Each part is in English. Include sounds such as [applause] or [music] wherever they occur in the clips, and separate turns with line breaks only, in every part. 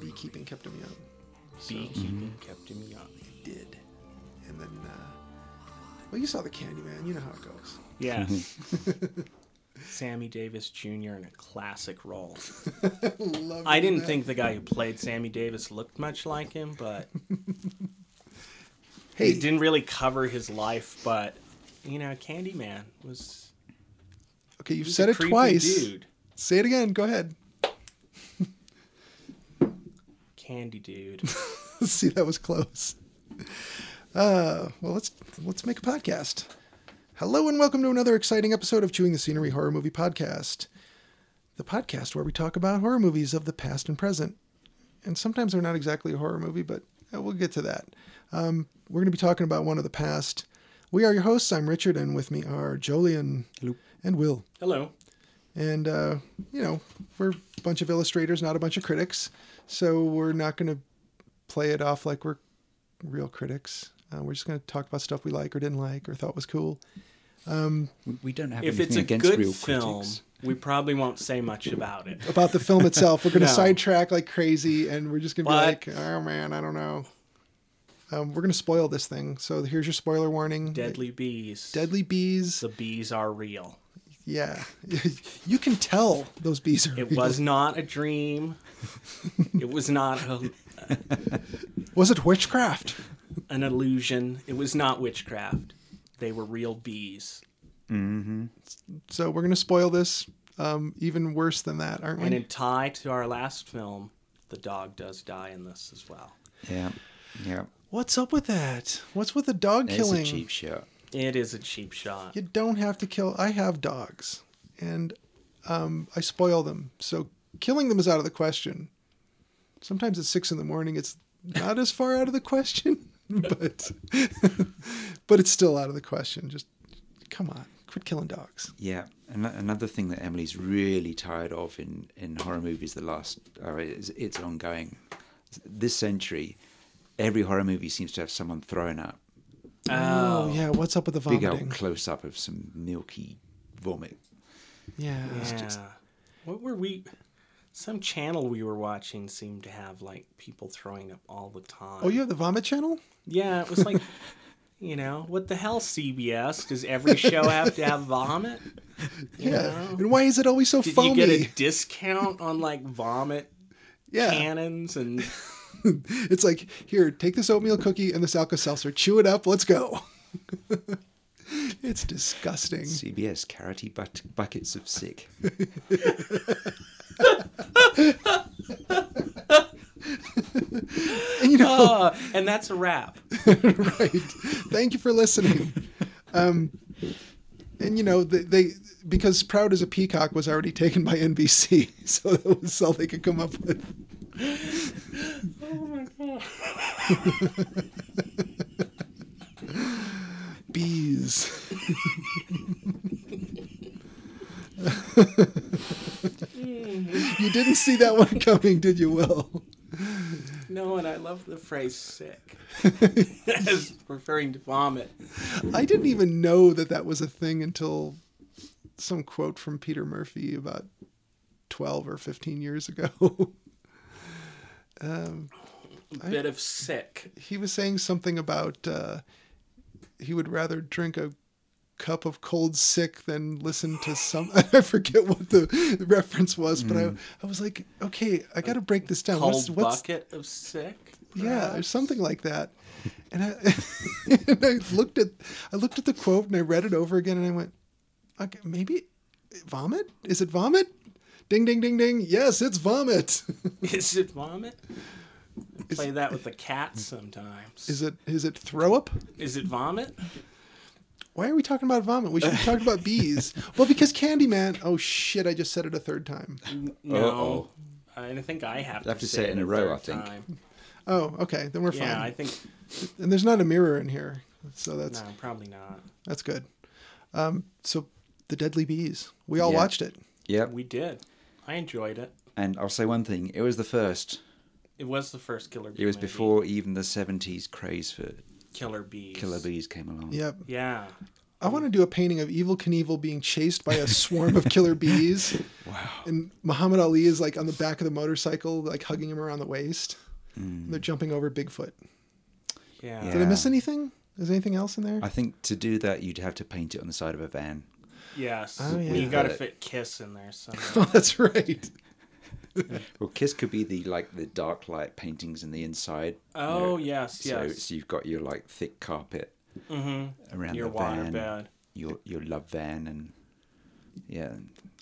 Beekeeping kept him young. So-
Beekeeping kept him young.
It did. And then, uh, well, you saw the Candyman. You know how it goes.
Yes. Sammy Davis Jr. in a classic role.
[laughs] Love you
I
in
didn't
that.
think the guy who played Sammy Davis looked much like him, but
[laughs] Hey,
it didn't really cover his life. But you know, Candyman was
okay, you've
he's
said
a
it
creepy
twice.
Dude,
Say it again. Go ahead. [laughs]
Candy Dude.
See, that was close. Uh, well, let's let's make a podcast. Hello and welcome to another exciting episode of Chewing the Scenery Horror Movie Podcast, the podcast where we talk about horror movies of the past and present. And sometimes they're not exactly a horror movie, but uh, we'll get to that. Um, we're going to be talking about one of the past. We are your hosts. I'm Richard, and with me are Jolien
Hello.
and Will.
Hello.
And, uh, you know, we're a bunch of illustrators, not a bunch of critics. So we're not going to play it off like we're real critics. Uh, we're just going to talk about stuff we like or didn't like or thought was cool.
We- We don't have
If it's
anything
a
against
good
real
film,
critics.
we probably won't
[laughs]
say much about it.
About the film itself, we're going to
[laughs] No.
sidetrack like crazy and we're just going to be
What?
like, oh man, I don't know. Um, we're going to spoil this thing. So here's your spoiler warning
Deadly bees.
Deadly bees.
The bees are real.
[laughs] Yeah. [laughs] you can tell those bees are. [laughs]
It
real.
was not a dream. it was not a,
Was it witchcraft?
an illusion. It was not witchcraft. They were real bees.
So we're going to spoil this um, even worse than that, aren't we?
And in tie to our last film, the dog does die in this as well.
Yeah, yeah.
What's up with that? What's with the dog
It's
killing?
a cheap shot.
It is a cheap shot.
You don't have to kill. I have dogs, and um, I spoil them, so killing them is out of the question. Sometimes at six in the morning, it's not as far out of the question, [laughs] but but it's still out of the question. Just come on, quit killing dogs.
Yeah. An- another thing that Emily's really tired of in, in horror movies, the last, uh, it's, it's ongoing. This century, every horror movie seems to have someone thrown up.
Oh, yeah, what's up with the
Big
vomiting?
old close up of some milky vomit.
yeah,
Yeah.
it's just-
What were we? Some channel we were watching seemed to have like people throwing up all the time.
Oh, you have the vomit channel?
Yeah, it was like, [laughs] you know, what the hell, CBS? Does every show have to have vomit? You
Yeah.
know?
And why is it always so
Did
foamy?
you get a discount on like vomit
yeah. [laughs]
cannons and [laughs]
It's like, here, take this oatmeal cookie and this Alka Seltzer, chew it up, let's go. [laughs] it's disgusting.
CBS, carroty but- buckets of
[laughs]
sick.
And you know,
Uh, and that's a wrap.
[laughs] right. Thank you for listening. Um, and you know, they, they because Proud as a Peacock was already taken by NBC, [laughs] so that was all they could come up with. [laughs] Bees. [laughs] you didn't see that one coming, did you, Will?
No, and I love the
[laughs]
phrase sick. As referring to vomit.
I didn't even know that that was a thing until some quote from Peter Murphy about 12 or 15 years ago. [laughs]
A bit of sick.
he was saying something about uh, he would rather drink a cup of cold sick than listen to some. [laughs] I forget what the reference was, but I, I was like, okay, I got to break this down.
Cold
What's- what's,
bucket of sick.
yeah, or
perhaps?
something like that. And I, [laughs] and I looked at I looked at the quote and I read it over again and I went, okay, maybe vomit? Is it vomit? Ding ding ding ding. Yes, it's vomit.
[laughs]
[laughs]
Is it vomit? Play that with the cats sometimes.
is it is it throw up?
Is it vomit?
Why are we talking about vomit? We should be talking about
[laughs]
bees. Well, because Candyman. Oh shit! I just said it a third time.
No. And I think I have to,
have to say it in
the
a row,
third
I think.
time.
Oh, okay. Then we're
Yeah,
fine.
I think
And there's not a mirror in here, so that's
no, probably not.
that's good. Um, so the Deadly Bees. We all
Yeah.
watched it.
Yep.
We did. I enjoyed it.
And I'll say one thing: it was the first.
It was the first Killer Bee.
It was
movie.
before even the '70s craze for
Killer Bees.
killer bees came along.
Yep.
Yeah.
I want to do a painting of Evil Knievel being chased by a swarm of killer bees.
[laughs] Wow.
And Muhammad Ali is like on the back of the motorcycle, like hugging him around the waist.
Hmm.
And they're jumping over Bigfoot.
Yeah.
Did
Yeah.
I
Yeah.
miss anything? Is anything else in there?
I think to do that, you'd have to paint it on the side of a van.
Yes.
Oh, yeah.
You got to
But-
fit Kiss in
[laughs]
there
oh,
somewhere.
that's right.
Well, Kiss could be the like the dark light paintings in the inside. you
oh,
know,
yes,
So,
yes. Mm-hmm.
so you've got your like thick carpet around
Your
the van,
waterbed.
your your love van, and yeah,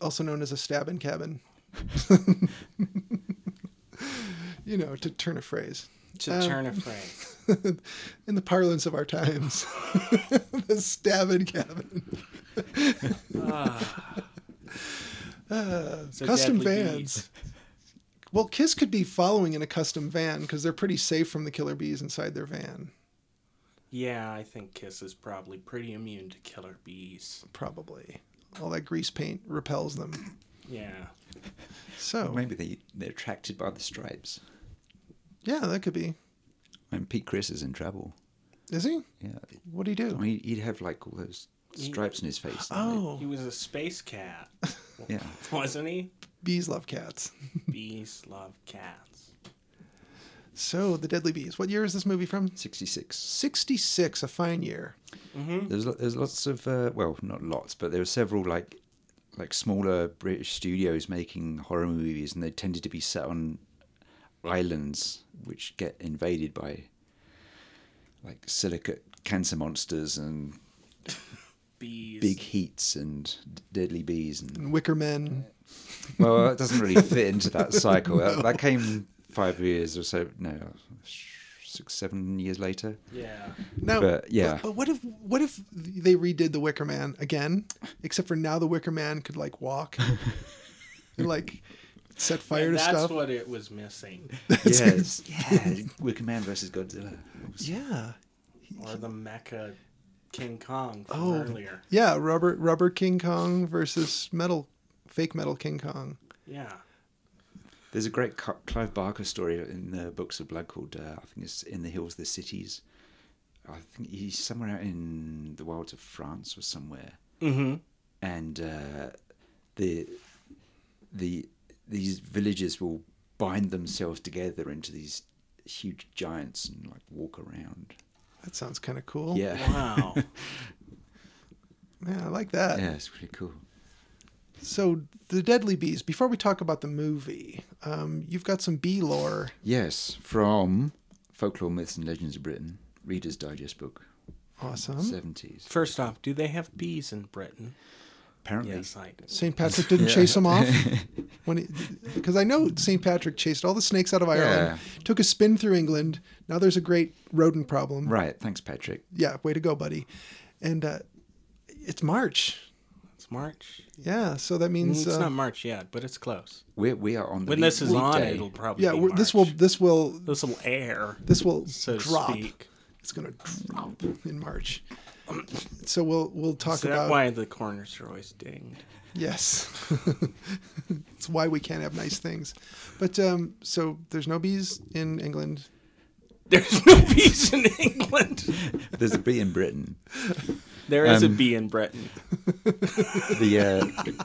Also known as a stabbing cabin. [laughs] you know, to turn a phrase.
To
Um,
turn
[laughs]
a phrase.
in the parlance of our times, [laughs] the stabbing cabin.
So
Custom
Deadly
vans.
Bees.
Well, Kiss could be following in a custom van because they're pretty safe from the killer bees inside their van,
Yeah, I think Kiss is probably pretty immune to Killer Bees.
probably. All that grease paint repels them.
Yeah. Oh.
So,
maybe they they're attracted by the stripes.
yeah, that could be.
And Pete Chris is in trouble.
Is he?
Yeah,
What do you
I
do?
mean, he'd have like all those stripes in his face.
He
Oh,
was a space cat, [laughs]
yeah.
wasn't he?
bees love cats.
Bees love cats.
So, The Deadly Bees. What year is this movie from?
66.
66, a fine year.
There's lo- there's lots of uh, well, not lots, but there were several like like smaller British studios making horror movies, and they tended to be set on islands which get invaded by like silicate cancer monsters and
Bees.
big heats and d- deadly bees and [laughs]
And Wicker Men.
well that doesn't really fit into that cycle that, that came five years or so no six seven years later
Yeah.
Now,
But, yeah.
But, but what if what if they redid the Wicker Man again? Except for now, the Wicker Man could like
[laughs]
walk, and, like set fire
And
to
that's
stuff.
what it
[laughs]
was missing.
yes yeah wicker man versus godzilla
Yeah,
Or the mecha King Kong from
Oh.
earlier.
yeah. Rubber rubber King Kong versus metal fake metal King Kong.
Yeah.
There's a great Cl- Clive Barker story in the books of blood called uh, I think it's in the hills, the cities. I think he's somewhere out in the wilds of France or somewhere,
Mm-hmm.
and uh, the the these villagers will bind themselves together into these huge giants and like walk around.
That sounds kind of cool.
Yeah,
Oh, Wow.
man, I like that.
[laughs] yeah, it's pretty cool.
So the Deadly Bees. Before we talk about the movie, um, you've got some bee lore.
Yes, from folklore, myths, and legends of Britain, Reader's Digest book,
Um,
Awesome.
seventies.
First off, do they have bees in Britain?
Apparently,
Yes, I do.
St. Patrick
[laughs]
didn't chase him off when because I know St. Patrick chased all the snakes out of Ireland, took a spin through England. Now there's a great rodent problem.
right. Thanks, Patrick.
Yeah, way to go, buddy. And uh, it's March.
It's March.
Yeah, so that
Mm, It's
means uh,
not March yet, but it's close.
We're, we are on the
When
lead-
this is on,
weekday.
it'll probably
yeah.
be
We're, this will
March.
this will
this will air,
this will
so to
drop.
speak.
It's gonna drop in March. So we'll we'll talk
Is that
about
why the corners are always dinged? [laughs]
yes. [laughs] it's why we can't have nice things. But um, so there's no bees in England. [laughs]
There's no bees in England.
There's a bee in Britain.
There is a
Um,
bee in Britain.
The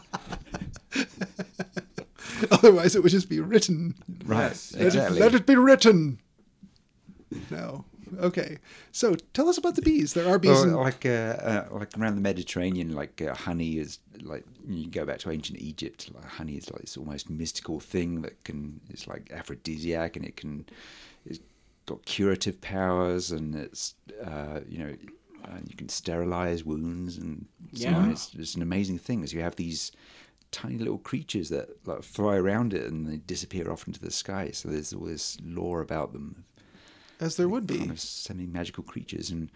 uh,
Otherwise, it would just be written.
right,
Yes. Let it-
exactly.
Let it be written. No. Okay. So tell us about the bees. There are bees.
Or
in...
like uh, uh, like around the Mediterranean, like uh, honey is like you go back to ancient Egypt. Like honey is like this almost mystical thing that can it's like aphrodisiac and it can it's got curative powers and it's uh, you know uh, you can sterilize wounds and so on.
Yeah.
It's, it's an amazing thing. Is you have these tiny little creatures that like fly around it and they disappear off into the sky. So there's all this lore about them
As there would be.
kind of semi magical creatures. And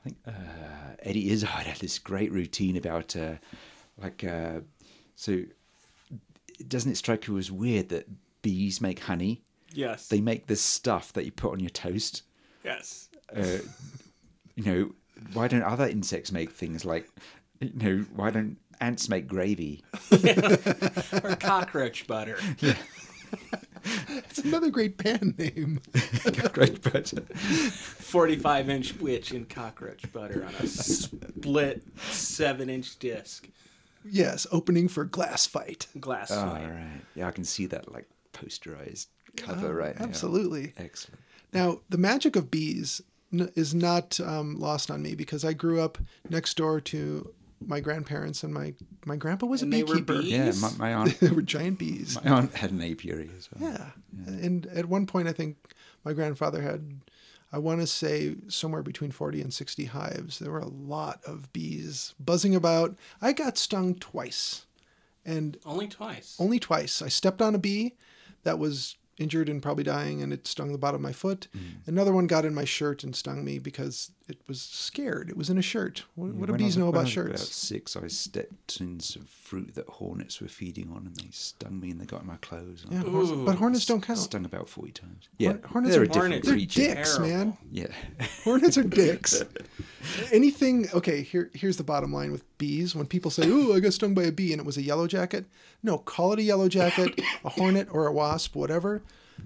I think uh, Eddie Izzard [laughs] had this great routine about uh, like uh, so. Doesn't it strike you as weird that bees make honey?
Yes.
They make this stuff that you put on your toast.
yes.
Uh, [laughs] you know, why don't other insects make things like, you know, why don't ants make gravy? [laughs]
Or cockroach [laughs] butter.
It's another great band name. [laughs]
Great butter.
45 inch witch and cockroach butter on a split 7 inch disc.
yes, opening for Glass Fight.
Glass
All
slide.
right. Yeah, I can see that like posterized cover right now.
Absolutely.
Excellent.
Now, the magic of bees n- is not um, lost on me because I grew up next door to my grandparents, and my my grandpa was
And
a
they were
beekeeper.
bees?
Yeah, my, my aunt.
[laughs] they were giant bees.
My aunt had an apiary as well.
Yeah. And at one point, I think my grandfather had, I want to say, somewhere between 40 and 60 hives. There were a lot of bees buzzing about. I got stung twice, and
Only twice.
only twice. I stepped on a bee that was injured and probably dying, and it stung the bottom of my foot. Another one got in my shirt and stung me because it was scared. It was in a shirt. What, what do
When I
bees
was-
know
when I
about
was
shirts?
About six, I stepped in some fruit that hornets were feeding on, and they stung me, and they got in my clothes. and I
Yeah,
got
hornets- but hornets don't count.
Stung about forty times. Yeah,
hornets
they're
are-
a different
Hornets are
They're
creature.
dicks, man.
Terrible.
Yeah, [laughs]
Hornets are dicks. Anything okay, here here's the bottom line with bees. When people say, Ooh, I got stung by a bee and it was a yellow jacket, no, call it a yellow jacket, a hornet or a wasp, whatever.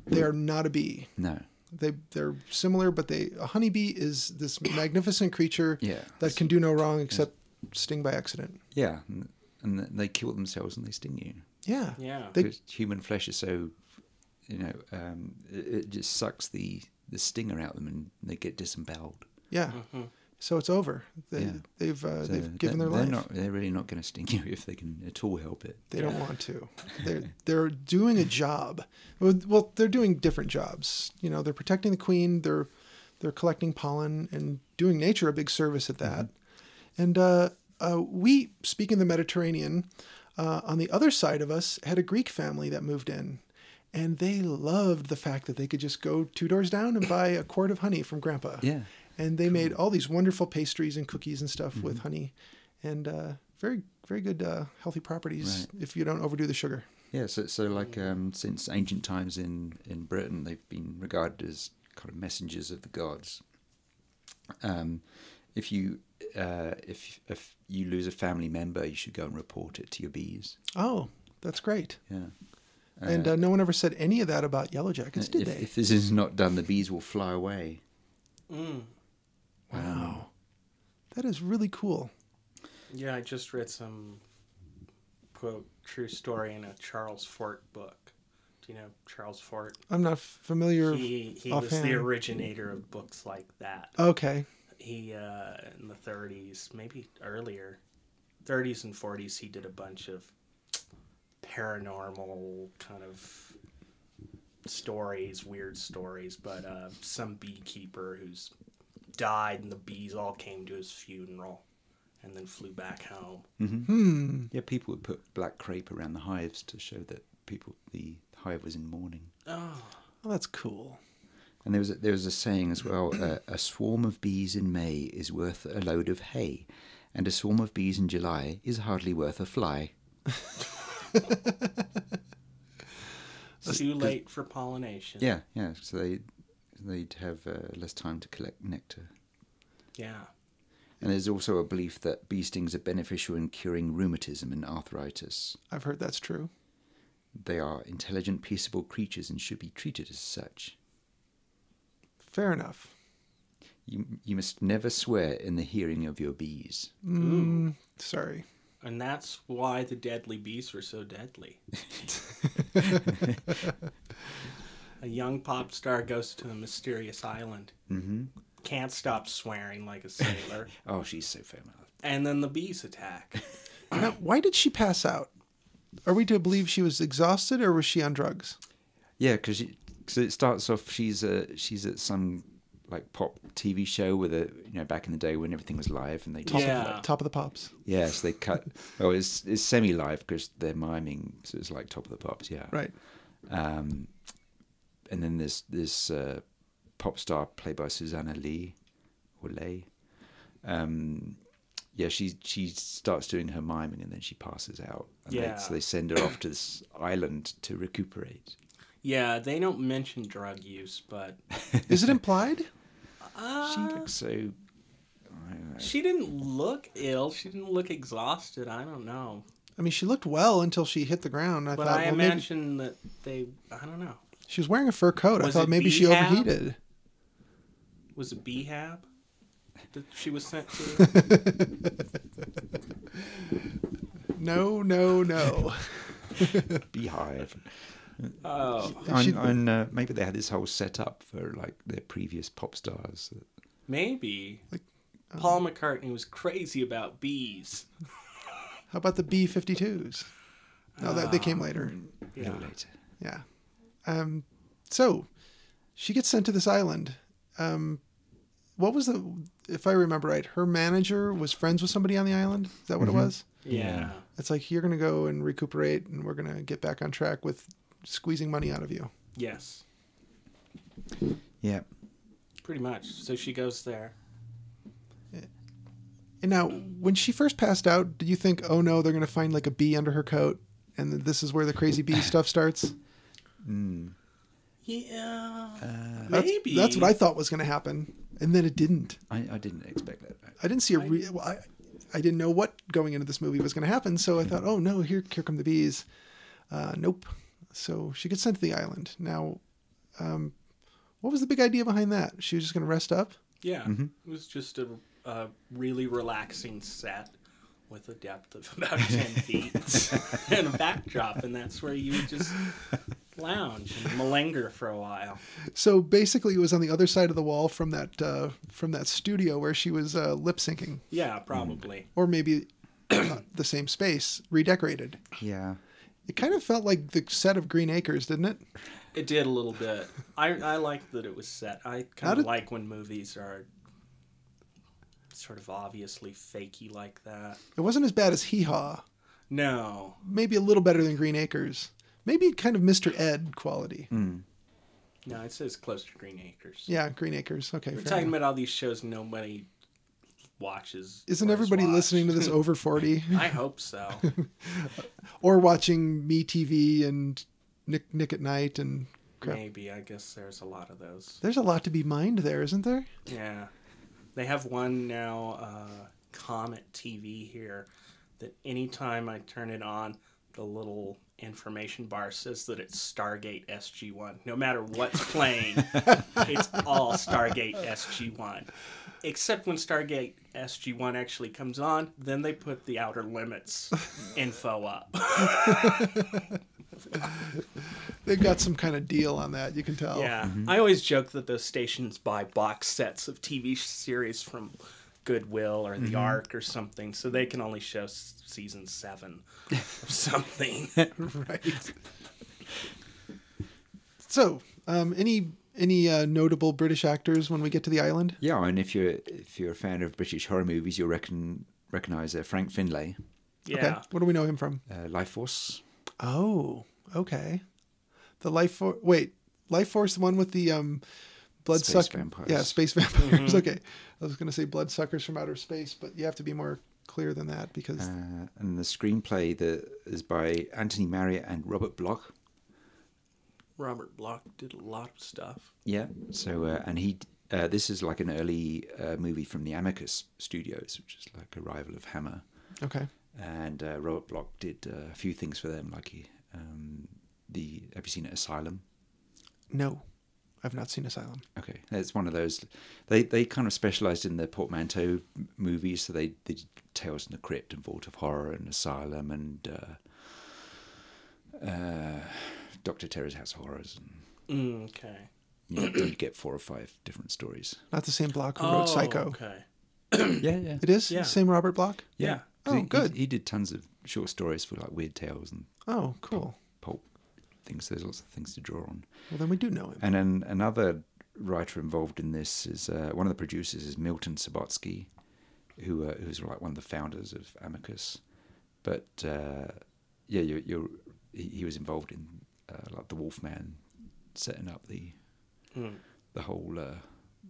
They are not a bee.
no,
They they're similar, but they a honeybee is this magnificent creature
Yeah.
that can do no wrong except sting by accident.
yeah, and, and th- they kill themselves and they sting you
Yeah.
Yeah.
They-
because human flesh is so, you know, um, it, it just sucks the the stinger out of them, and they get disemboweled.
Yeah. So it's over. They
Yeah.
they've uh,
So
they've given
they're,
their life.
They're, not, they're really not going to sting [laughs] you if they can at all help it.
They don't want to. They're they're doing a job. Well, they're doing different jobs. You know, they're protecting the queen. They're they're collecting pollen and doing nature a big service at that. And uh, uh, we, speaking of the Mediterranean, uh, on the other side of us had a Greek family that moved in, and they loved the fact that they could just go two doors down and buy a quart of honey from Grandpa.
Yeah.
And they made all these wonderful pastries and cookies and stuff
Mm-hmm.
with honey, and uh, very very good uh, healthy properties if you don't overdo the sugar.
Yeah, so so like um, since ancient times in in Britain, they've been regarded as kind of messengers of the gods. Um, if you uh, if if you lose a family member, you should go and report it to your bees.
Oh, that's great.
Yeah.
and uh, no one ever said any of that about yellow jackets, did
Uh, if,
they?
if this is not done, the bees will fly away.
wow, that is really cool.
Yeah, I just read some quote true story in a Charles Fort book. Do you know Charles Fort?
I'm not familiar.
He he was
offhand.
the originator of books like that.
Okay,
He uh, in the 30s, maybe earlier, 30s and 40s, he did a bunch of paranormal kind of stories, weird stories. But uh, some beekeeper who's died, and the bees all came to his funeral, and then flew back home.
Yeah, people would put black crepe around the hives to show that people the hive was in mourning.
Oh.
well, that's cool.
And there was a, there was a saying as well: uh, a swarm of bees in May is worth a load of hay, and a swarm of bees in July is hardly worth a fly.
too late for pollination.
Yeah, yeah. So they they'd have uh, less time to collect nectar.
Yeah.
And there's also a belief that bee stings are beneficial in curing rheumatism and arthritis.
I've heard that's true.
They are intelligent, peaceable creatures and should be treated as such.
Fair enough.
You you must never swear in the hearing of your bees.
Mm, sorry.
And that's why the deadly bees were so
[laughs]
deadly. a young pop star goes to a mysterious island. Mm-hmm. Can't stop swearing like
[laughs]
a sailor.
Oh, she's so famous.
and then the bees attack.
Now, why did she pass out? Are we to believe she was exhausted or was she on drugs?
Yeah, because it starts off. She's a she's at some like pop TV show with a you know back in the day when everything was live and they just
Yeah.
Top of the pops.
yeah so they cut oh it's it's semi live because they're miming so it's like top of the pops yeah
Right.
um and then there's this uh, pop star played by Susanna Lee or Lay um yeah she she starts doing her miming and then she passes out and they,
Yeah.
so they send her off to this island to recuperate
Yeah, they don't mention drug use, but
Is it implied?
uh,
She looks so.
she didn't look ill. She didn't look exhausted. I don't know,
I mean, she looked well until she hit the ground. I
but
thought,
I
well, maybe
imagine that they. I don't know.
she was wearing a fur coat. I
Was
thought
it
maybe she
BHAP?
overheated.
Was it BHAP that she was sent
[laughs]
to?
No, no,
[laughs]
no.
beehive.
oh,
And,
she-
and uh, maybe they had this whole setup for like their previous pop stars.
maybe.
Like, um,
Paul McCartney was crazy about bees.
How about the B 52s? No, that, they came later.
A
Yeah.
little later.
Yeah. Um, so she gets sent to this island. Um, what was the, if I remember right, her manager was friends with somebody on the island? Is that what
Mm-hmm.
it was?
Yeah.
It's like, you're going to go and recuperate and we're going to get back on track with squeezing money out of you.
Yes.
Yeah.
Pretty much. So she goes there.
And now, when she first passed out, did you think, oh no, they're going to find like a bee under her coat and th- this is where the crazy bee stuff starts?
Yeah.
Uh, That's,
maybe.
That's what I thought was going to happen. And then it didn't.
I, I didn't expect that.
I didn't see a re- well, I, I didn't know what going into this movie was going to happen, so I thought, oh no, here here come the bees. Uh, nope. So she gets sent to the island. Now, um, what was the big idea behind that? She was just going to rest up.
Yeah,
mm-hmm.
it was just a, a really relaxing set with a depth of [laughs] about 10
[laughs]
feet and a backdrop, and that's where you would just lounge and malinger for a while.
So basically, it was on the other side of the wall from that uh, from that studio where she was uh, lip syncing,
Yeah, probably.
or maybe [clears throat] the same space redecorated.
Yeah.
It kind of felt like the set of Green Acres, didn't it?
It did a little bit. I, I like that it was set. I
How
kind
did-
of like when movies are sort of obviously fakey like that.
It wasn't as bad as Hee Haw.
No.
Maybe a little better than Green Acres. Maybe kind of Mr. Ed quality.
No, it says close to Green Acres.
Yeah, Green Acres. Okay.
We're
fair
talking
enough.
about all these shows nobody watches.
Isn't
or has
everybody
watched.
listening
[laughs]
to this over 40
I hope so.
or watching Me TV and Nick Nick at Night and [laughs] crap?
Maybe I guess there's a lot of those.
There's a lot to be mined there, isn't there?
Yeah, they have one now, uh, Comet TV here. That anytime I turn it on, the little information bar says that it's Stargate SG One. No matter what's playing, it's all Stargate SG One. Except when Stargate SG One actually comes on, then they put the Outer Limits info up.
They've got some kind of deal on that, you can tell.
Yeah, I always joke that those stations buy box sets of TV series from Goodwill or The
Mm-hmm.
Ark or something, so they can only show s-
[laughs]
season seven of something.
Right. so, um, any any uh, notable British actors when we get to the island?
Yeah, and if you're if you're a fan of British horror movies, you'll reckon recognize uh, Frank Finlay,
yeah,
Okay. What do we know him from?
uh, Life Force.
Oh, okay. The life force. Wait, life force. The one with the um, blood
Space
suck-
vampires.
Yeah, space
Mm-hmm.
vampires. [laughs] okay, I was gonna say blood suckers from outer space, but you have to be more clear than that because
Uh, and the screenplay that is by Anthony Marriott and Robert Bloch.
Robert Block did a lot of stuff.
Yeah. So uh, and he uh, this is like an early uh, movie from the Amicus Studios, which is like a rival of Hammer.
okay,
And uh, Robert Bloch did uh, a few things for them, like he, um, the have you seen Asylum?
no, I've not seen Asylum.
Okay, it's one of those. They they kind of specialised in the portmanteau m- movies, so they, they did Tales from the Crypt and Vault of Horror and Asylum and uh, uh, Doctor Terror's House of Horrors, and
Mm, okay.
you, know, you get four or five different stories.
Not the same Block who wrote Psycho.
Oh, Okay.
[coughs] Yeah, yeah,
It is
Yeah.
the same Robert Block.
Yeah.
Oh,
He- he-
good.
He, did tons of short stories for like Weird Tales and
Oh, cool.
pulp things. There's lots of things to draw on.
Well, then we do know him.
And then another writer involved in this is uh, one of the producers is Milton Sabotsky, who uh, who's like one of the founders of Amicus. But uh, yeah, you, you're he, he was involved in uh, like the Wolfman, setting up the
Mm.
the whole uh,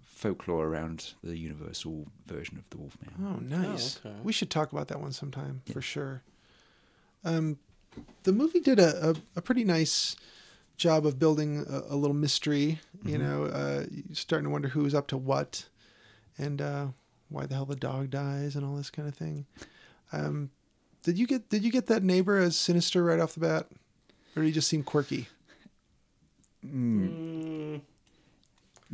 folklore around the Universal version of the Wolfman.
Oh, nice.
okay.
We should talk about that one sometime for sure. Um, the movie did a, a, a pretty nice job of building a, a little mystery. You know, uh, you're starting to wonder who's up to what, and uh, why the hell the dog dies and all this kind of thing. Um, did you get did you get that neighbor as sinister right off the bat, or did he just seem quirky? Hmm.
Mm,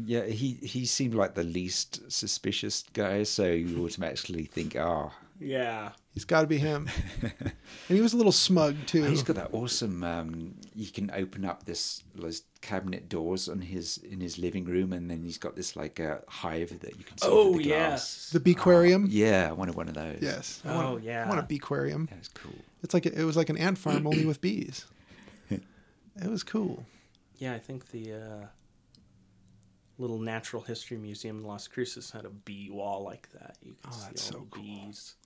Yeah, he he seemed like the least suspicious guy, so you automatically think, ah,
yeah.
He's got to be him. and he was a little smug too.
he's got that awesome. Um, you can open up this those cabinet doors on his in his living room, and then he's got this like a hive that you can see
Oh
through the glass.
yes.
the bequarium.
Yeah, I wanted one of those.
Yes. I
Oh,
want,
yeah.
I want a bequarium.
that's cool.
It's like a, it was like an ant farm only with
[clears throat]
bees. It was cool.
Yeah, I think the uh, little natural history museum in Las Cruces had a bee wall like that. You
Oh,
could see
that's
all
so
the bees.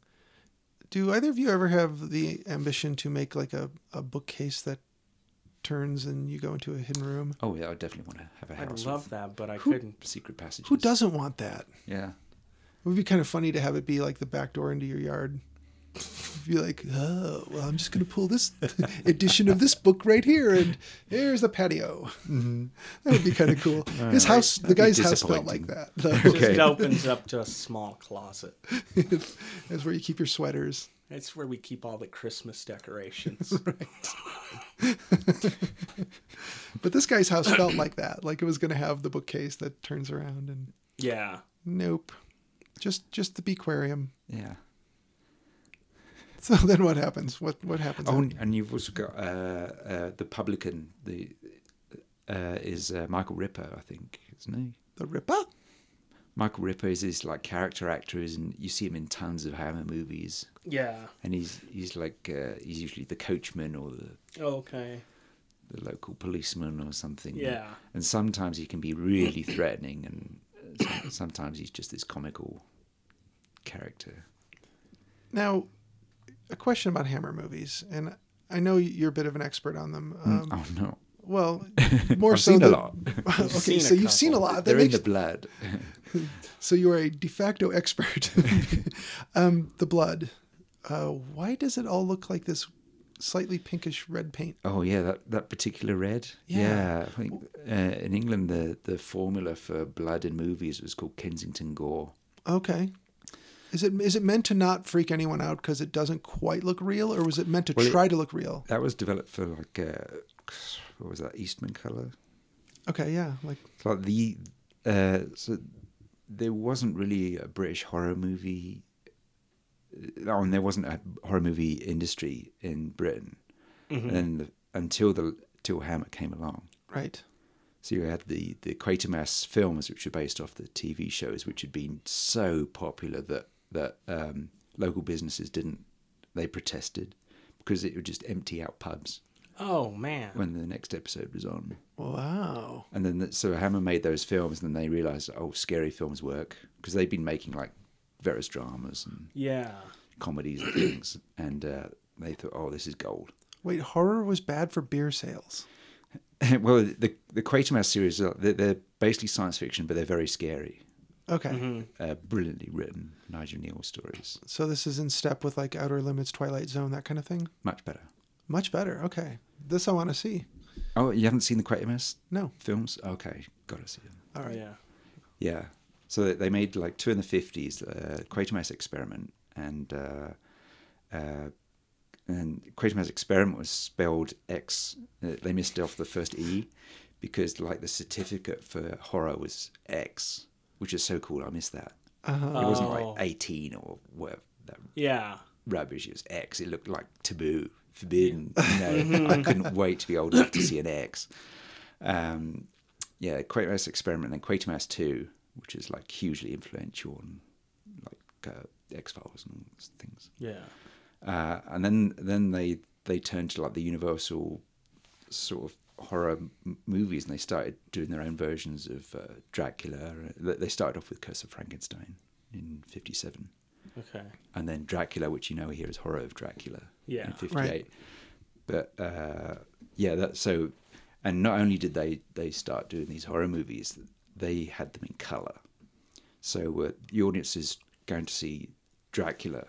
Do either of you ever have the ambition to make like a, a bookcase that turns and you go into a hidden room?
Oh yeah, I definitely want to have a
I'd
house.
love
with
that, but I
Who-
couldn't.
secret passages.
Who doesn't want that?
Yeah,
It would be kind of funny to have it be like the back door into your yard. [laughs] Be like, oh, well, I'm just going to pull this [laughs] edition of this book right here, and here's the patio. That would be kind of
[laughs]
cool. His house, the
Mm-hmm. That'd be
guy's house felt like
disappointing.
that. though.
It
[laughs] Okay.
just opens up to a small closet.
That's where you keep your sweaters.
That's where we keep all the Christmas
[laughs]
decorations.
But this guy's house
[coughs]
felt like that. Like it was going to have the bookcase that turns around, and
yeah.
nope, just just the bequarium. [laughs]
yeah.
So then what happens? What what happens? after-
Oh, and and you've also got uh, uh, the publican. The uh, is uh, Michael Ripper, I think, isn't he?
the Ripper?
Michael Ripper is this like character actor, and you see him in tons of Hammer movies,
Yeah.
and he's he's like uh, he's usually the coachman or the,
Okay.
the local policeman or something.
Yeah.
and sometimes he can be really threatening, and uh, som- sometimes he's just this comical character.
Now, a question about Hammer movies, and I know you're a bit of an expert on them. Um,
oh no,
Well, more
[laughs] I've
so
seen a
than- [laughs]
lot.
You've
okay,
seen a
so you've seen a lot.
couple.
That
They're in
makes,
the blood.
So you're a de facto expert. [laughs] um, the blood. Uh, why does it all look like this slightly pinkish red paint?
Oh yeah, that, that particular red.
Yeah.
I think uh, in England the the formula for blood in movies was called Kensington gore.
Okay. Is it is it meant to not freak anyone out because it doesn't quite look real, or was it meant to
Well, it-
try to look real?
That was developed for like uh, what was that Eastman color?
Okay, yeah, like
It's Like the uh, so there wasn't really a British horror movie. Oh, and there wasn't a horror movie industry in Britain, and the, until the till Hammer came along.
right.
So you had the the Quatermass films, which were based off the TV shows, which had been so popular that that um, local businesses didn't they protested because it would just empty out pubs
Oh man.
when the next episode was on.
Wow.
And then that- so Hammer made those films, and then they realized oh, scary films work because they've been making like various dramas and
yeah.
comedies and things, and uh, they thought oh, this is gold. [laughs]
Wait, horror was bad for beer sales.
well, the the Quatermass series are- they're, they're basically science fiction, but they're very scary.
Okay,
uh, brilliantly written Nigel Neal stories.
so this is in step with like Outer Limits, Twilight Zone, that kind of thing.
Much better.
Much better. Okay, this I want to see.
Oh, you haven't seen the Quatermass
No,
films? Okay, gotta see them.
all right.
Yeah.
Yeah. So they- they made like two in the 50s, uh, Quatermass Experiment, and uh, uh, and Quatermass Experiment was spelled X. Uh, They missed off the first E because like the certificate for horror was X, which is so cool. I miss that.
Uh-huh.
It wasn't
Oh.
like 18 or whatever that
Yeah.
rubbish. It was X. It looked like taboo, forbidden. You know, I couldn't wait to be old enough to see an X. Um, yeah, Quatermass Experiment, then Quatermass Two, which is like hugely influential on like uh, X Files and all those things.
Yeah.
Uh, and then then they they turned to like the Universal sort of horror m- movies, and they started doing their own versions of uh, Dracula. They they started off with Curse of Frankenstein in '57
Okay.
and then Dracula, which you know here is Horror of Dracula
Yeah.
in '58.
Right.
But uh, yeah, that so, and not only did they they start doing these horror movies, they had them in color. So uh, the audience is going to see Dracula.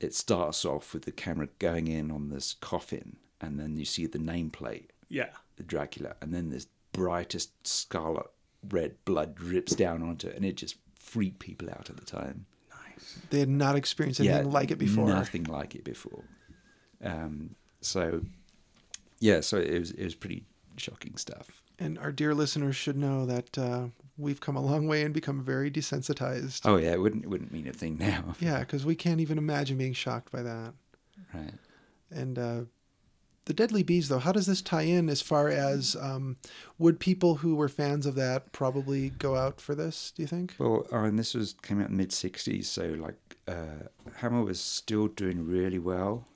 It starts off with the camera going in on this coffin, and then you see the nameplate
Yeah.
the Dracula, and then this brightest scarlet red blood drips down onto it, and it just freaked people out at the time.
Nice.
They had not experienced anything like it before.
Nothing like it before. Um, so, yeah, so it was it was pretty shocking stuff.
And our dear listeners should know that uh, we've come a long way and become very desensitized. Yeah, 'cause
Oh yeah, it wouldn't it wouldn't mean a thing now, [laughs]
Yeah, because we can't even imagine being shocked by that.
right?
And uh, the Deadly Bees, though, how does this tie in as far as um, would people who were fans of that probably go out for this, do you think?
Well, I mean, this was came out in the mid '60s, so like uh, Hammer was still doing really well.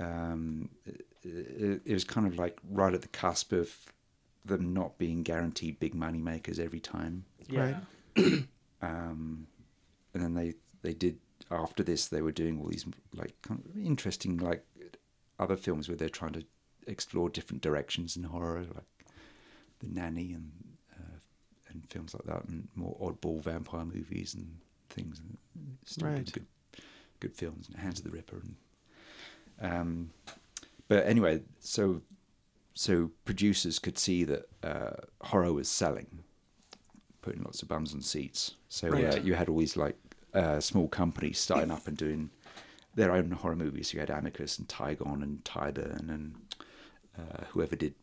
Um, it, it, it was kind of like right at the cusp of them not being guaranteed big money makers every time.
Yeah.
Right.
Um, and then they they did after this they were doing all these like kind of interesting like other films where they're trying to explore different directions in horror, like The Nanny and uh, and films like that, and more oddball vampire movies and things. And still doing
Right.
Good, good films and Hands of the Ripper and. Um, but anyway, so so producers could see that uh, horror was selling, putting lots of bums on seats. So uh,
Right.
you had all these like uh, small companies starting up and doing their own horror movies. You had Amicus and Tygon and Tyburn and uh, whoever did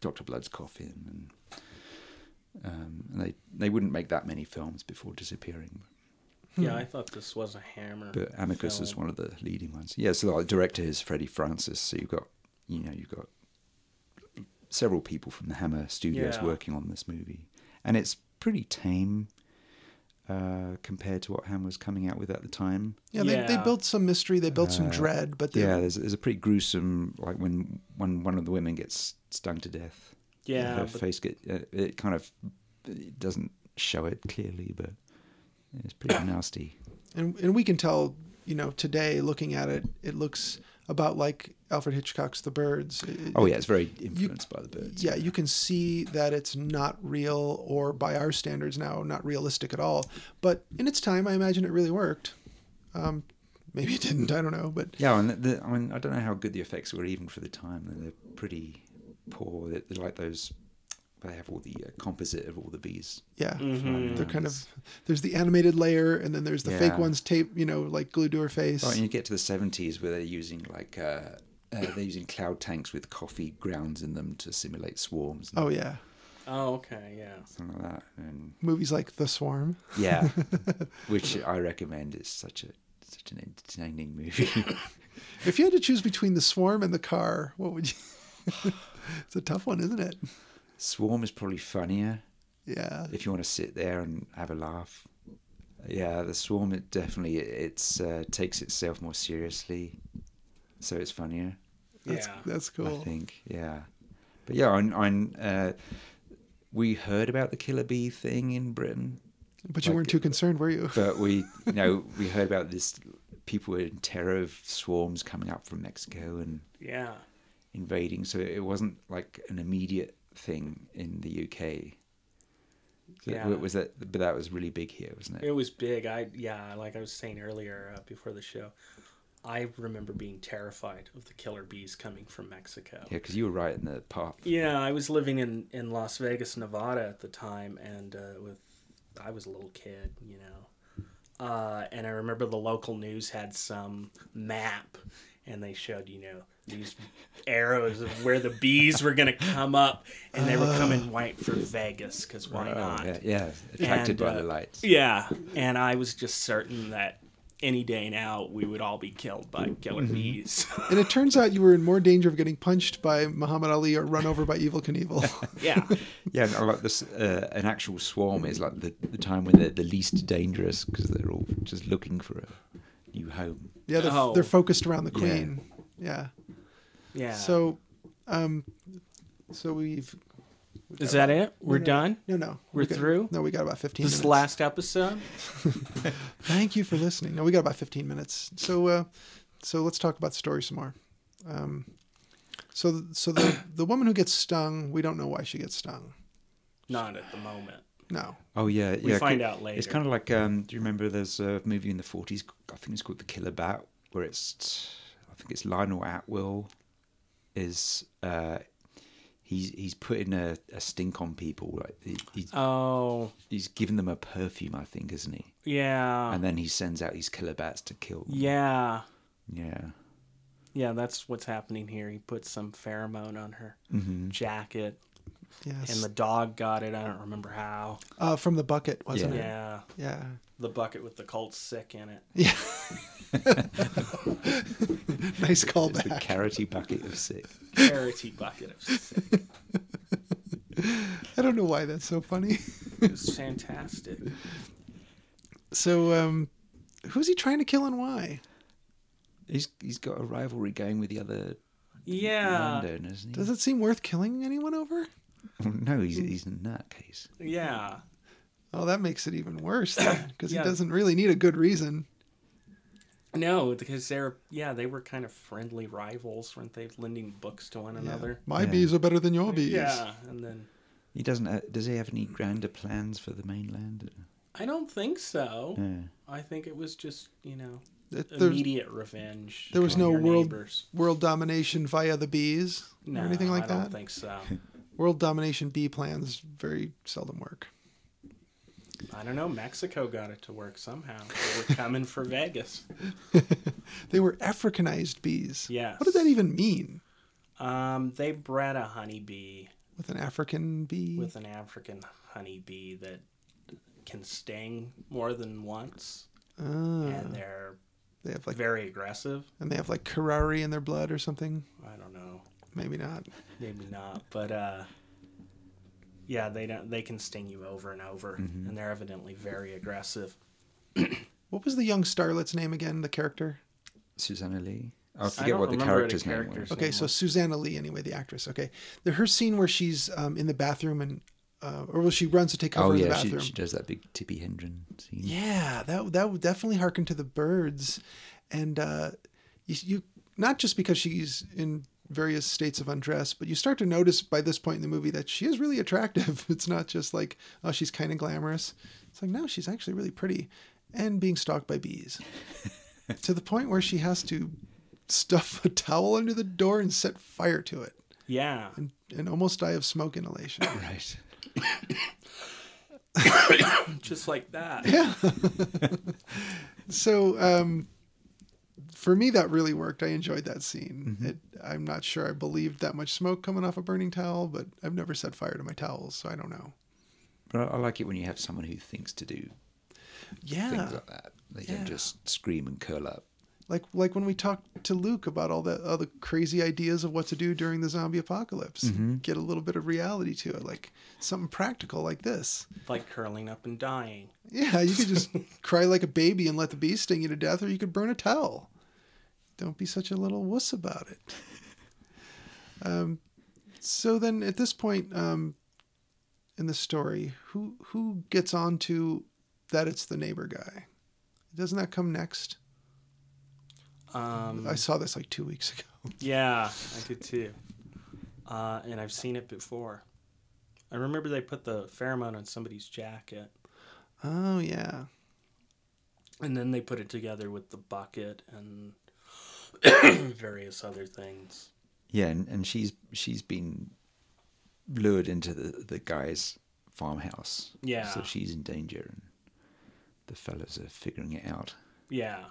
Doctor Blood's Coffin, and, um, and they they wouldn't make that many films before disappearing.
Yeah, I thought this was a hammer.
But Amicus is
film.
one of Hmm. the leading ones. Yeah, so the director is Freddie Francis. So you've got, you know, you've got several people from the Hammer Studios
Yeah.
working on this movie, and it's pretty tame uh, compared to what Hammer was coming out with at the time.
Yeah, they, they
Yeah.
built some mystery, they built some dread, but they,
Uh, Yeah, there's, there's a pretty gruesome like when when one of the women gets stung to death.
Yeah,
her
but-
face get uh, it kind of it doesn't show it clearly, but
[coughs]
it's pretty nasty.
and, and we can tell, you know, today looking at it, it looks about like Alfred Hitchcock's The Birds. It-
Oh yeah, it's very influenced by the birds.
yeah, you can see that it's not real or by our standards now, not realistic at all. But in its time, I imagine it really worked. Um, maybe it didn't, I don't know. But
Yeah, and the, the, I mean, I don't know how good the effects were even for the time. They're- They're pretty poor. They're, they're like those. They have all the uh, composite of all the bees.
yeah,
flying
they're
around.
kind of, there's the animated layer and then there's the
Mm-hmm. Yeah.
fake ones tape, you know, like glued to her face.
Oh, and you get to the seventies where they're using like uh, uh, they're using cloud tanks with coffee grounds in them to simulate swarms. And
Oh, yeah.
Oh, okay. Yeah.
Something like that. And
Movies like The Swarm.
yeah, [laughs] which I recommend. It's such a such an entertaining movie. [laughs]
If you had to choose between The Swarm and The Car, what would you? [laughs] it's a tough one, isn't it?
Swarm is probably funnier.
Yeah.
if you want to sit there and have a laugh. Yeah, the swarm it definitely it's uh, takes itself more seriously, so it's funnier.
That's,
yeah.
that's cool.
I think, yeah, but yeah, on on uh, we heard about the killer bee thing in Britain,
But you
like-
weren't too concerned, were you?
but we you know we heard about this. People were in terror of swarms coming up from Mexico and
Yeah.
invading, so it wasn't like an immediate thing in the UK. So
Yeah.
was that? But that was really big here, wasn't it?
It was big. I yeah, like I was saying earlier uh, before the show, I remember being terrified of the killer bees coming from Mexico.
Yeah, because you were right in the path.
Yeah, I was living in in Las Vegas, Nevada at the time, and uh, with I was a little kid, you know, uh, and I remember the local news had some map, and they showed you know these arrows of where the bees were gonna come up, and they were coming right for Vegas because why not?
Yeah, yeah, attracted
And,
by
uh,
the lights.
Yeah, and I was just certain that any day now we would all be killed by killer bees. [laughs]
And it turns out you were in more danger of getting punched by Muhammad Ali or run over by Evil
[laughs]
Knievel.
yeah,
Yeah, and I like this. Uh, an actual swarm is like the, the time when they're the least dangerous because they're all just looking for a new home.
yeah, they're,
Oh.
they're focused around the queen. Yeah.
yeah.
So, um, so we've
is that it? We're
no,
done.
no no
We're
got-
through?
No, we got about fifteen.
This is
minutes.
the last episode.
Thank you for listening. No, we got about fifteen minutes. So, uh, so let's talk about the story some more. Um, so so the the woman who gets stung, we don't know why she gets stung.
Not at the moment.
No.
Oh yeah,
We
yeah,
find
c-
out later.
It's kind of like um, do you remember there's a movie in the forties? I think it's called The Killer Bat, where it's I think it's Lionel Atwill is uh, he's he's putting a, a stink on people. Like he, he's
Oh,
he's giving them a perfume, I think, isn't he?
yeah.
And then he sends out these killer bats to kill. Them.
Oh. yeah.
Yeah.
Yeah, that's what's happening here. He put some pheromone on her
Mm-hmm. Mm.
jacket,
Yes.
and the dog got it. I don't remember how.
uh, from the bucket, wasn't it?
Yeah.
Yeah.
The bucket with the cult sick in
[laughs]
it.
Yeah. [laughs] nice
It's the
callback.
carroty bucket of sick.
Charity bucket of sick.
I don't know why that's so funny.
It was fantastic.
So, um, who's he trying to kill and why?
He's he's got a rivalry going with the other
Yeah.
landowner, isn't he?
Does it seem worth killing anyone over?
No, he's he's in that case.
Yeah.
Oh, that makes it even worse because
Yeah.
he doesn't really need a good reason.
No, because they're yeah, they were kind of friendly rivals, weren't they? Lending books to one
Yeah.
another.
My
Yeah.
bees are better than your bees.
Yeah, and then
He doesn't. Uh, does he have any grander plans for the mainland? Uh,
I don't think so.
No.
I think it was just you know
It- there's
immediate revenge.
there was
on
no
your
world-
neighbors.
world domination via the bees
no,
or anything like
I
that.
don't think so.
World domination bee plans very seldom work. [laughs]
I don't know. Mexico got it to work somehow. They were coming for Vegas.
They were Africanized bees.
Yes.
What does that even mean
Um, they bred a honeybee
with an African bee?
with an African honeybee that can sting more than once,
Ah,
and they're
they have like
very aggressive.
and they have like curare in their blood or something.
I don't know.
Maybe not.
maybe not but uh yeah they don't they can sting you over and over
Mm-hmm.
and they're evidently very aggressive
What was the young starlet's name again? The character.
Susanna Lee. I
I
forget
don't
what the
remember the
character's name
characters.
was.
Okay, so Susanna Lee, anyway, the actress. Okay, the, her scene where she's um, in the bathroom and, uh, or well, she runs to take cover
Oh
in the
yeah, she,
bathroom.
she does that big Tippy Hendren scene.
Yeah, that that would definitely hearken to the birds, and uh, you, you not just because she's in various states of undress, but you start to notice by this point in the movie that she is really attractive. [laughs] It's not just like oh she's kind of glamorous. It's like no, she's actually really pretty, and being stalked by bees, to the point where she has to stuff a towel under the door and set fire to it,
yeah
and, and almost die of smoke inhalation.
Right.
just like
[laughs]
that
so um for me that really worked i enjoyed that scene it, i'm not sure i believed that much smoke coming off a burning towel but i've never set fire to my towels so i don't know
But I, I like it when you have someone who thinks to do things
yeah
like that. They
Yeah.
don't just scream and curl up.
like like when we talked to luke about all the other crazy ideas of what to do during the zombie apocalypse get a little bit of reality to it like something practical like this
like curling up and dying
yeah you could just [laughs] cry like a baby and let the bee sting you to death or you could burn a towel don't be such a little wuss about it [laughs] Um, so then at this point um, in the story who who gets on to that it's the neighbor guy doesn't that come next
um
i saw this like two weeks ago
yeah i did too uh and i've seen it before i remember they put the pheromone on somebody's jacket
oh yeah
and then they put it together with the bucket and [coughs] various other things
Yeah, and, and she's she's been lured into the, the guy's farmhouse.
Yeah.
So she's in danger and the fellas are figuring it out.
yeah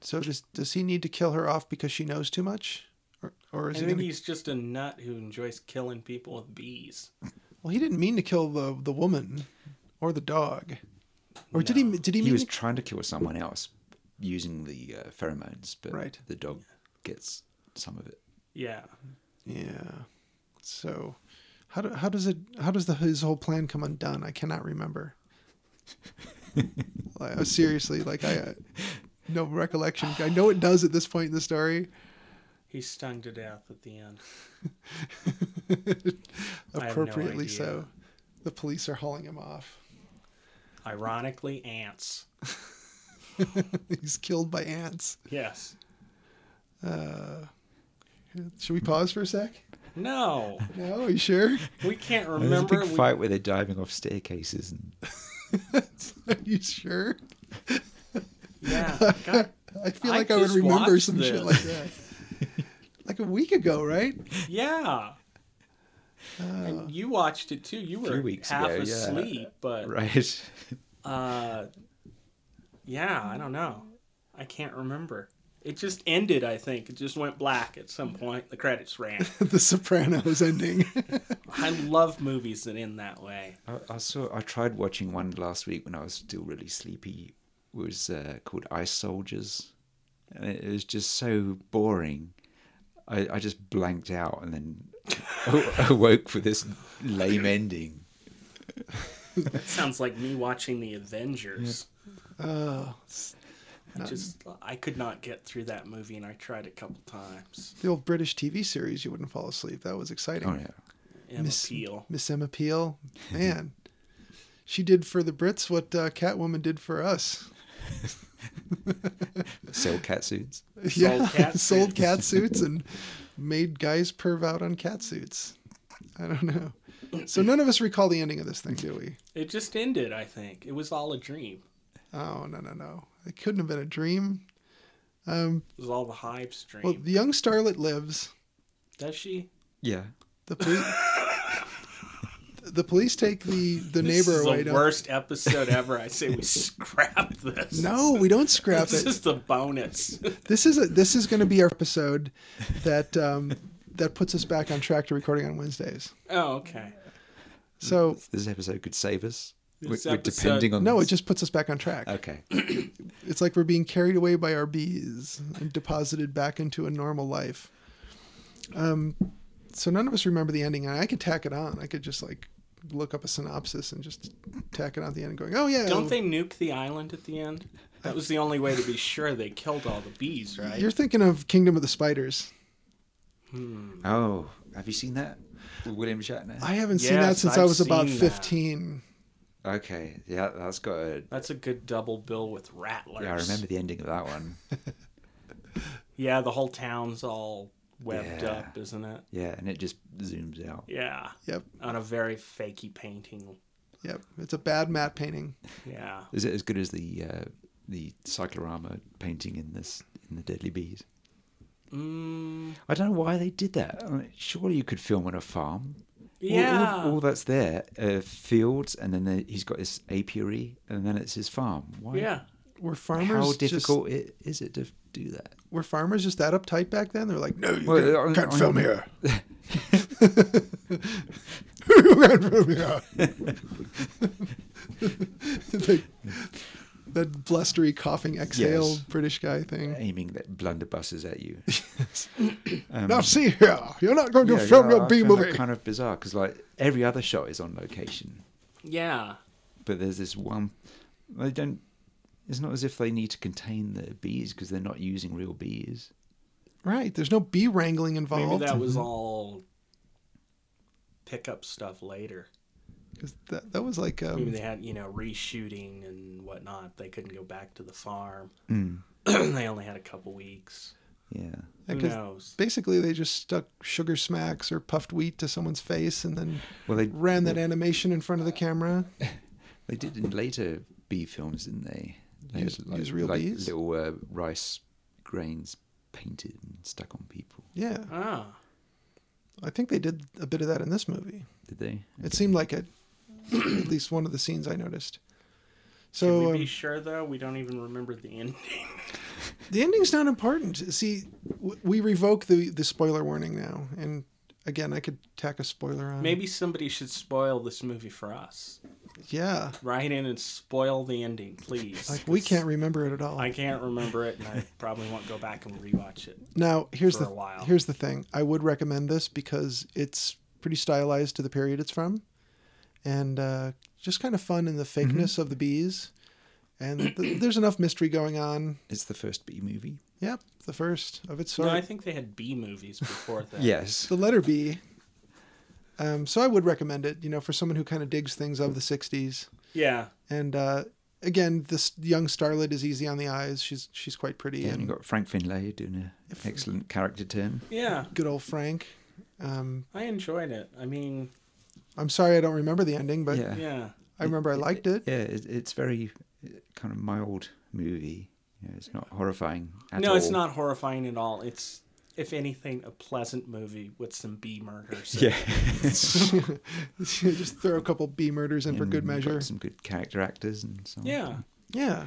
so does does he need to kill her off because she knows too much or, or
I
is he
think
gonna...
he's just a nut who enjoys killing people with bees.
well he didn't mean to kill the the woman or the dog or did
No.
he did he
He,
mean
was
to-
trying to kill someone else using the uh, pheromones, but
Right.
the dog gets some of it.
Yeah.
yeah so how, do, how does it how does the his whole plan come undone i cannot
[laughs]
remember like, I- seriously like i uh, no recollection i know it does at this point in the story
He's stung to death at the end. no
appropriately
idea.
so the police are hauling him off [laughs]
Ironically, ants.
he's killed by ants Uh,
Yes.
should we pause for a sec
No.
no are you sure [laughs]
We can't
There's a
remember.
big
we-
fight where they're diving off staircases and
are you sure
Yeah. God,
i feel
I
like i would
just
remember
watched
some shit
this. [laughs]
like that like a week ago right
yeah. and you watched it too. You were
Uh, weeks
half
ago, yeah.
asleep, but
[laughs] right?
uh, yeah, I don't know. I can't remember. It just ended. I think it just went black at some point. The credits ran.
[laughs] the Sopranos
[laughs]
ending. [laughs]
I love movies that end that way.
I, I saw. I tried watching one last week when I was still really sleepy. It was uh, called Ice Soldiers, and it was just so boring. I, I just blanked out and then [laughs] a- awoke for this lame ending.
That sounds like me watching the Avengers.
oh,
I just I could not get through that movie, and I tried a couple times.
the old British TV series. You wouldn't fall asleep. That was exciting.
Oh yeah.
Emma
Miss-
Peel.
Miss Emma
[laughs]
Peel, man, she did for the Brits what uh, Catwoman did for us.
Sell cat suits.
[laughs]
cat
sold
suits. [laughs]
cat suits and made guys perv out on cat suits. I don't know. So none of us recall the ending of this thing, do we?
It just ended. I think it was all a dream.
Oh no no no! It couldn't have been a dream.
It was all the Hive's dream.
Well, the young starlet lives.
Does she?
Yeah.
The police. the police take the the
This
neighbor
is
away.
the
don't-
worst episode ever. I say we [laughs] scrap this.
No, we don't scrap
this
it.
is the bonus. [laughs]
This is a, this is going to be our episode that um, that puts us back on track to recording on Wednesdays.
oh, okay.
So
This episode could save us. We're,
This
we're
episode-
depending on
no, it
this.
just puts us back on track.
okay.
It's like we're being carried away by our bees and deposited back into a normal life. Um, so none of us remember the ending, and I could tack it on. I could just like look up a synopsis and just tack it on at the end, going, "Oh yeah."
Don't they nuke the island at the end? That was the only way to be sure they killed all the bees, right?
You're thinking of Kingdom of the Spiders.
Oh, have you seen that? With William Shatner.
I haven't seen that
Yes,
since i
I've
was about
seen that.
15.
Okay. Yeah, that's got a.
That's a good double bill with rattlers.
Yeah, I remember the ending of that
[laughs]
one.
Yeah, the whole town's all webbed
Yeah.
up, isn't it?
Yeah, and it just zooms out.
Yeah.
Yep,
On a very fakey painting.
yep. It's a bad matte painting.
Yeah.
Is it as good as the uh, the cyclorama painting in this in the Deadly Bees?
Mm,
I don't know why they did that. I mean, surely you could film on a farm. All- all-
yeah.
All, that's there, uh, fields, and then there, he's got this apiary, and then it's his farm. Why?
yeah.
Were farmers
How
Just,
difficult it, is it to do that?
were farmers just that uptight back then? They're like, "No, you
Well,
can't,
on-
can't
on-
film here." [laughs] you can't film here. [laughs] Like, that blustery coughing exhale
Yes.
British guy thing.
Aiming that blunderbusses
[laughs]
at you. Um,
now see here, you're not going to
Yeah,
film
yeah,
your
I
B
found that
movie.
Kind of bizarre because like every other shot is on location,
Yeah.
but there's this one. They don't. It's not as if they need to contain the bees because they're not using real bees.
Right? There's no bee wrangling
Maybe
involved.
that was all pickup stuff later.
'Cause that, that was like um,
Maybe they had, you know, reshooting and whatnot. They couldn't go back to the farm. [clears throat]
Mm.
they only had a couple weeks.
Yeah.
Who
Because-
knows?
basically they just stuck sugar smacks or puffed wheat to someone's face and then
Well, they
ran that animation in front of the camera.
They did in later bee films, didn't they? They
Use-
had,
use real bees?
Little uh, rice grains painted and stuck on people.
Yeah,
Ah,
I think they did a bit of that in this movie.
Did they?
It seemed like it, [clears throat] at least one of the scenes I noticed.
can
So
we be
um,
sure though? We don't even remember the ending.
the ending's not important. See, w- we revoke the the spoiler warning now, and again, I could tack a spoiler on.
[laughs] Maybe somebody should spoil this movie for us.
Yeah,
Write in and spoil the ending, please.
like we can't remember it at all.
[laughs] I can't remember it, and
[laughs]
I probably won't go back and rewatch it.
Now, here's
for
the
a while.
here's the thing. I would recommend this because it's pretty stylized to the period it's from, and uh, just kind of fun in the fakeness
Mm-hmm.
of the bees. And th- there's enough mystery going on.
It's the first bee movie.
Yep, the first of its sort.
No, I think they had B movies before
[laughs]
that.
Yes.
the letter B. Um, so I would recommend it. You know, for someone who kind of digs things of the '60s.
Yeah.
And uh, again, this young starlet is easy on the eyes. She's she's quite pretty
Yeah, and
and
you've got Frank Finlay doing an excellent character turn.
Yeah.
good old Frank. Um,
I enjoyed it. I mean,
I'm sorry I don't remember the ending, but
yeah.
yeah.
I remember I liked it.
Yeah, it, it's very uh, kind of mild movie. You know, it's not horrifying at
no, it's
all.
not horrifying at all. It's if anything, a pleasant movie with some bee murders.
Yeah.
[laughs] Just throw a couple B murders in for
And
good
got
measure.
Some good character actors and so on.
Yeah.
Yeah.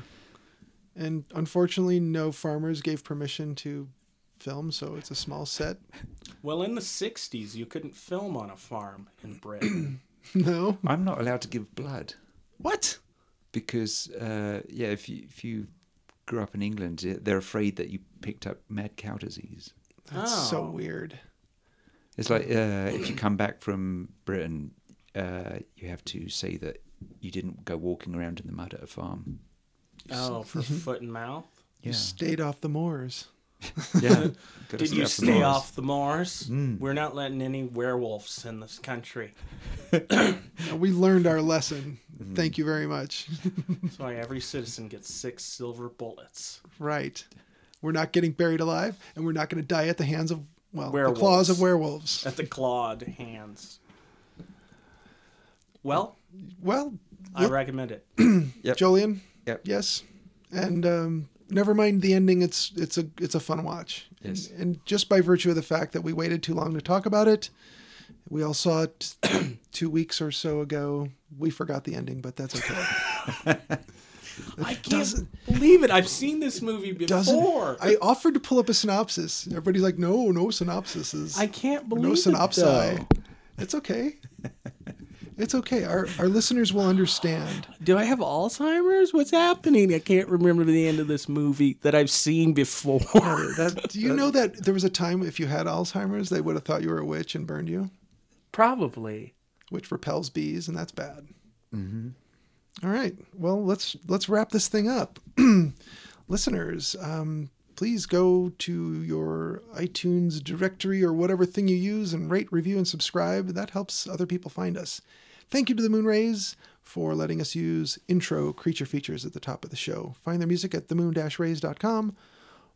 And unfortunately, no farmers gave permission to film, so it's a small set.
Well, in the 60s, you couldn't film on a farm in Britain.
No.
I'm not allowed to give blood
What?
because, uh, yeah, if you if you grew up in England, eh, they're afraid that you picked up mad cow disease.
That's so
Oh.
weird.
It's like uh, if you come back from Britain, uh, you have to say that you didn't go walking around in the mud at a farm.
oh, for foot and mouth?
You
[laughs]
stayed off the moors.
yeah. Gotta
Did you
off the
stay
moors.
off the Mars? We're not letting any werewolves in this country.
Now, we learned our lesson. Thank you very much. [laughs]
That's why every citizen gets six silver bullets.
right. We're not getting buried alive, and we're not going to die at the hands of, well, the
Werewolves.
claws of werewolves.
at the clawed hands. Well,
Well,
I recommend it.
Yep.
Jolien.
Yep.
Yes. And um, never mind the ending. It's it's a it's a fun watch.
Yes.
And, and just by virtue of the fact that we waited too long to talk about it, we all saw it [clears throat] two weeks or so ago. We forgot the ending, but that's
[laughs]
okay.
I can't
doesn't-
believe it. I've seen this movie
Doesn't
before. I,
I offered to pull up a synopsis? Everybody's like, no, no synopsises.
can't believe
no
it.
synopsi.
though.
It's okay. It's okay. Our our listeners will understand.
Do I have Alzheimer's? What's happening? I can't remember the end of this movie that I've seen before. Oh,
Do you know that there was a time if you had Alzheimer's, they would have thought you were a witch and burned you?
[laughs] Probably.
which repels bees, and that's bad. Mm-hmm. right, well let's let's wrap this thing up, [clears throat] listeners. Um, please go to your iTunes directory or whatever thing you use and rate, review, and subscribe. That helps other people find us. Thank you to the Moonrays for letting us use intro creature features at the top of the show. Find their music at themoon-rays.com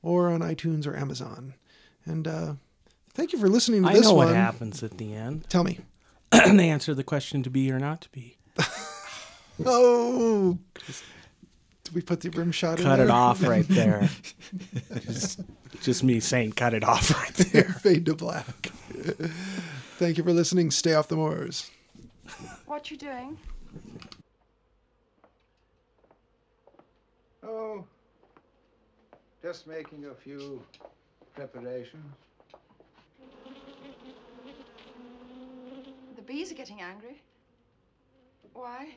or on iTunes or Amazon. And uh, thank you for listening to
I
this
know
one.
what happens at the end.
Tell me.
[clears throat] they answer the question to be or not to be.
Oh. Did we put the rim shot in
Cut it
there?
[laughs] off right there. just, just me saying, cut it off right there.
[laughs] Fade to black. Thank you for listening. Stay off the moors.
What you doing?
Oh, just making a few preparations.
The bees are getting angry. Why?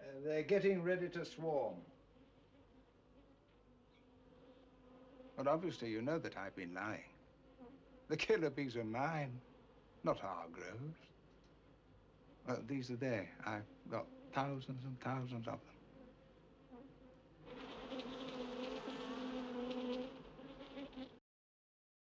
Uh, they're getting ready to swarm. But obviously, you know that I've been lying. The killer bees are mine, not our groves. Well, these are there. I've got thousands and thousands of them.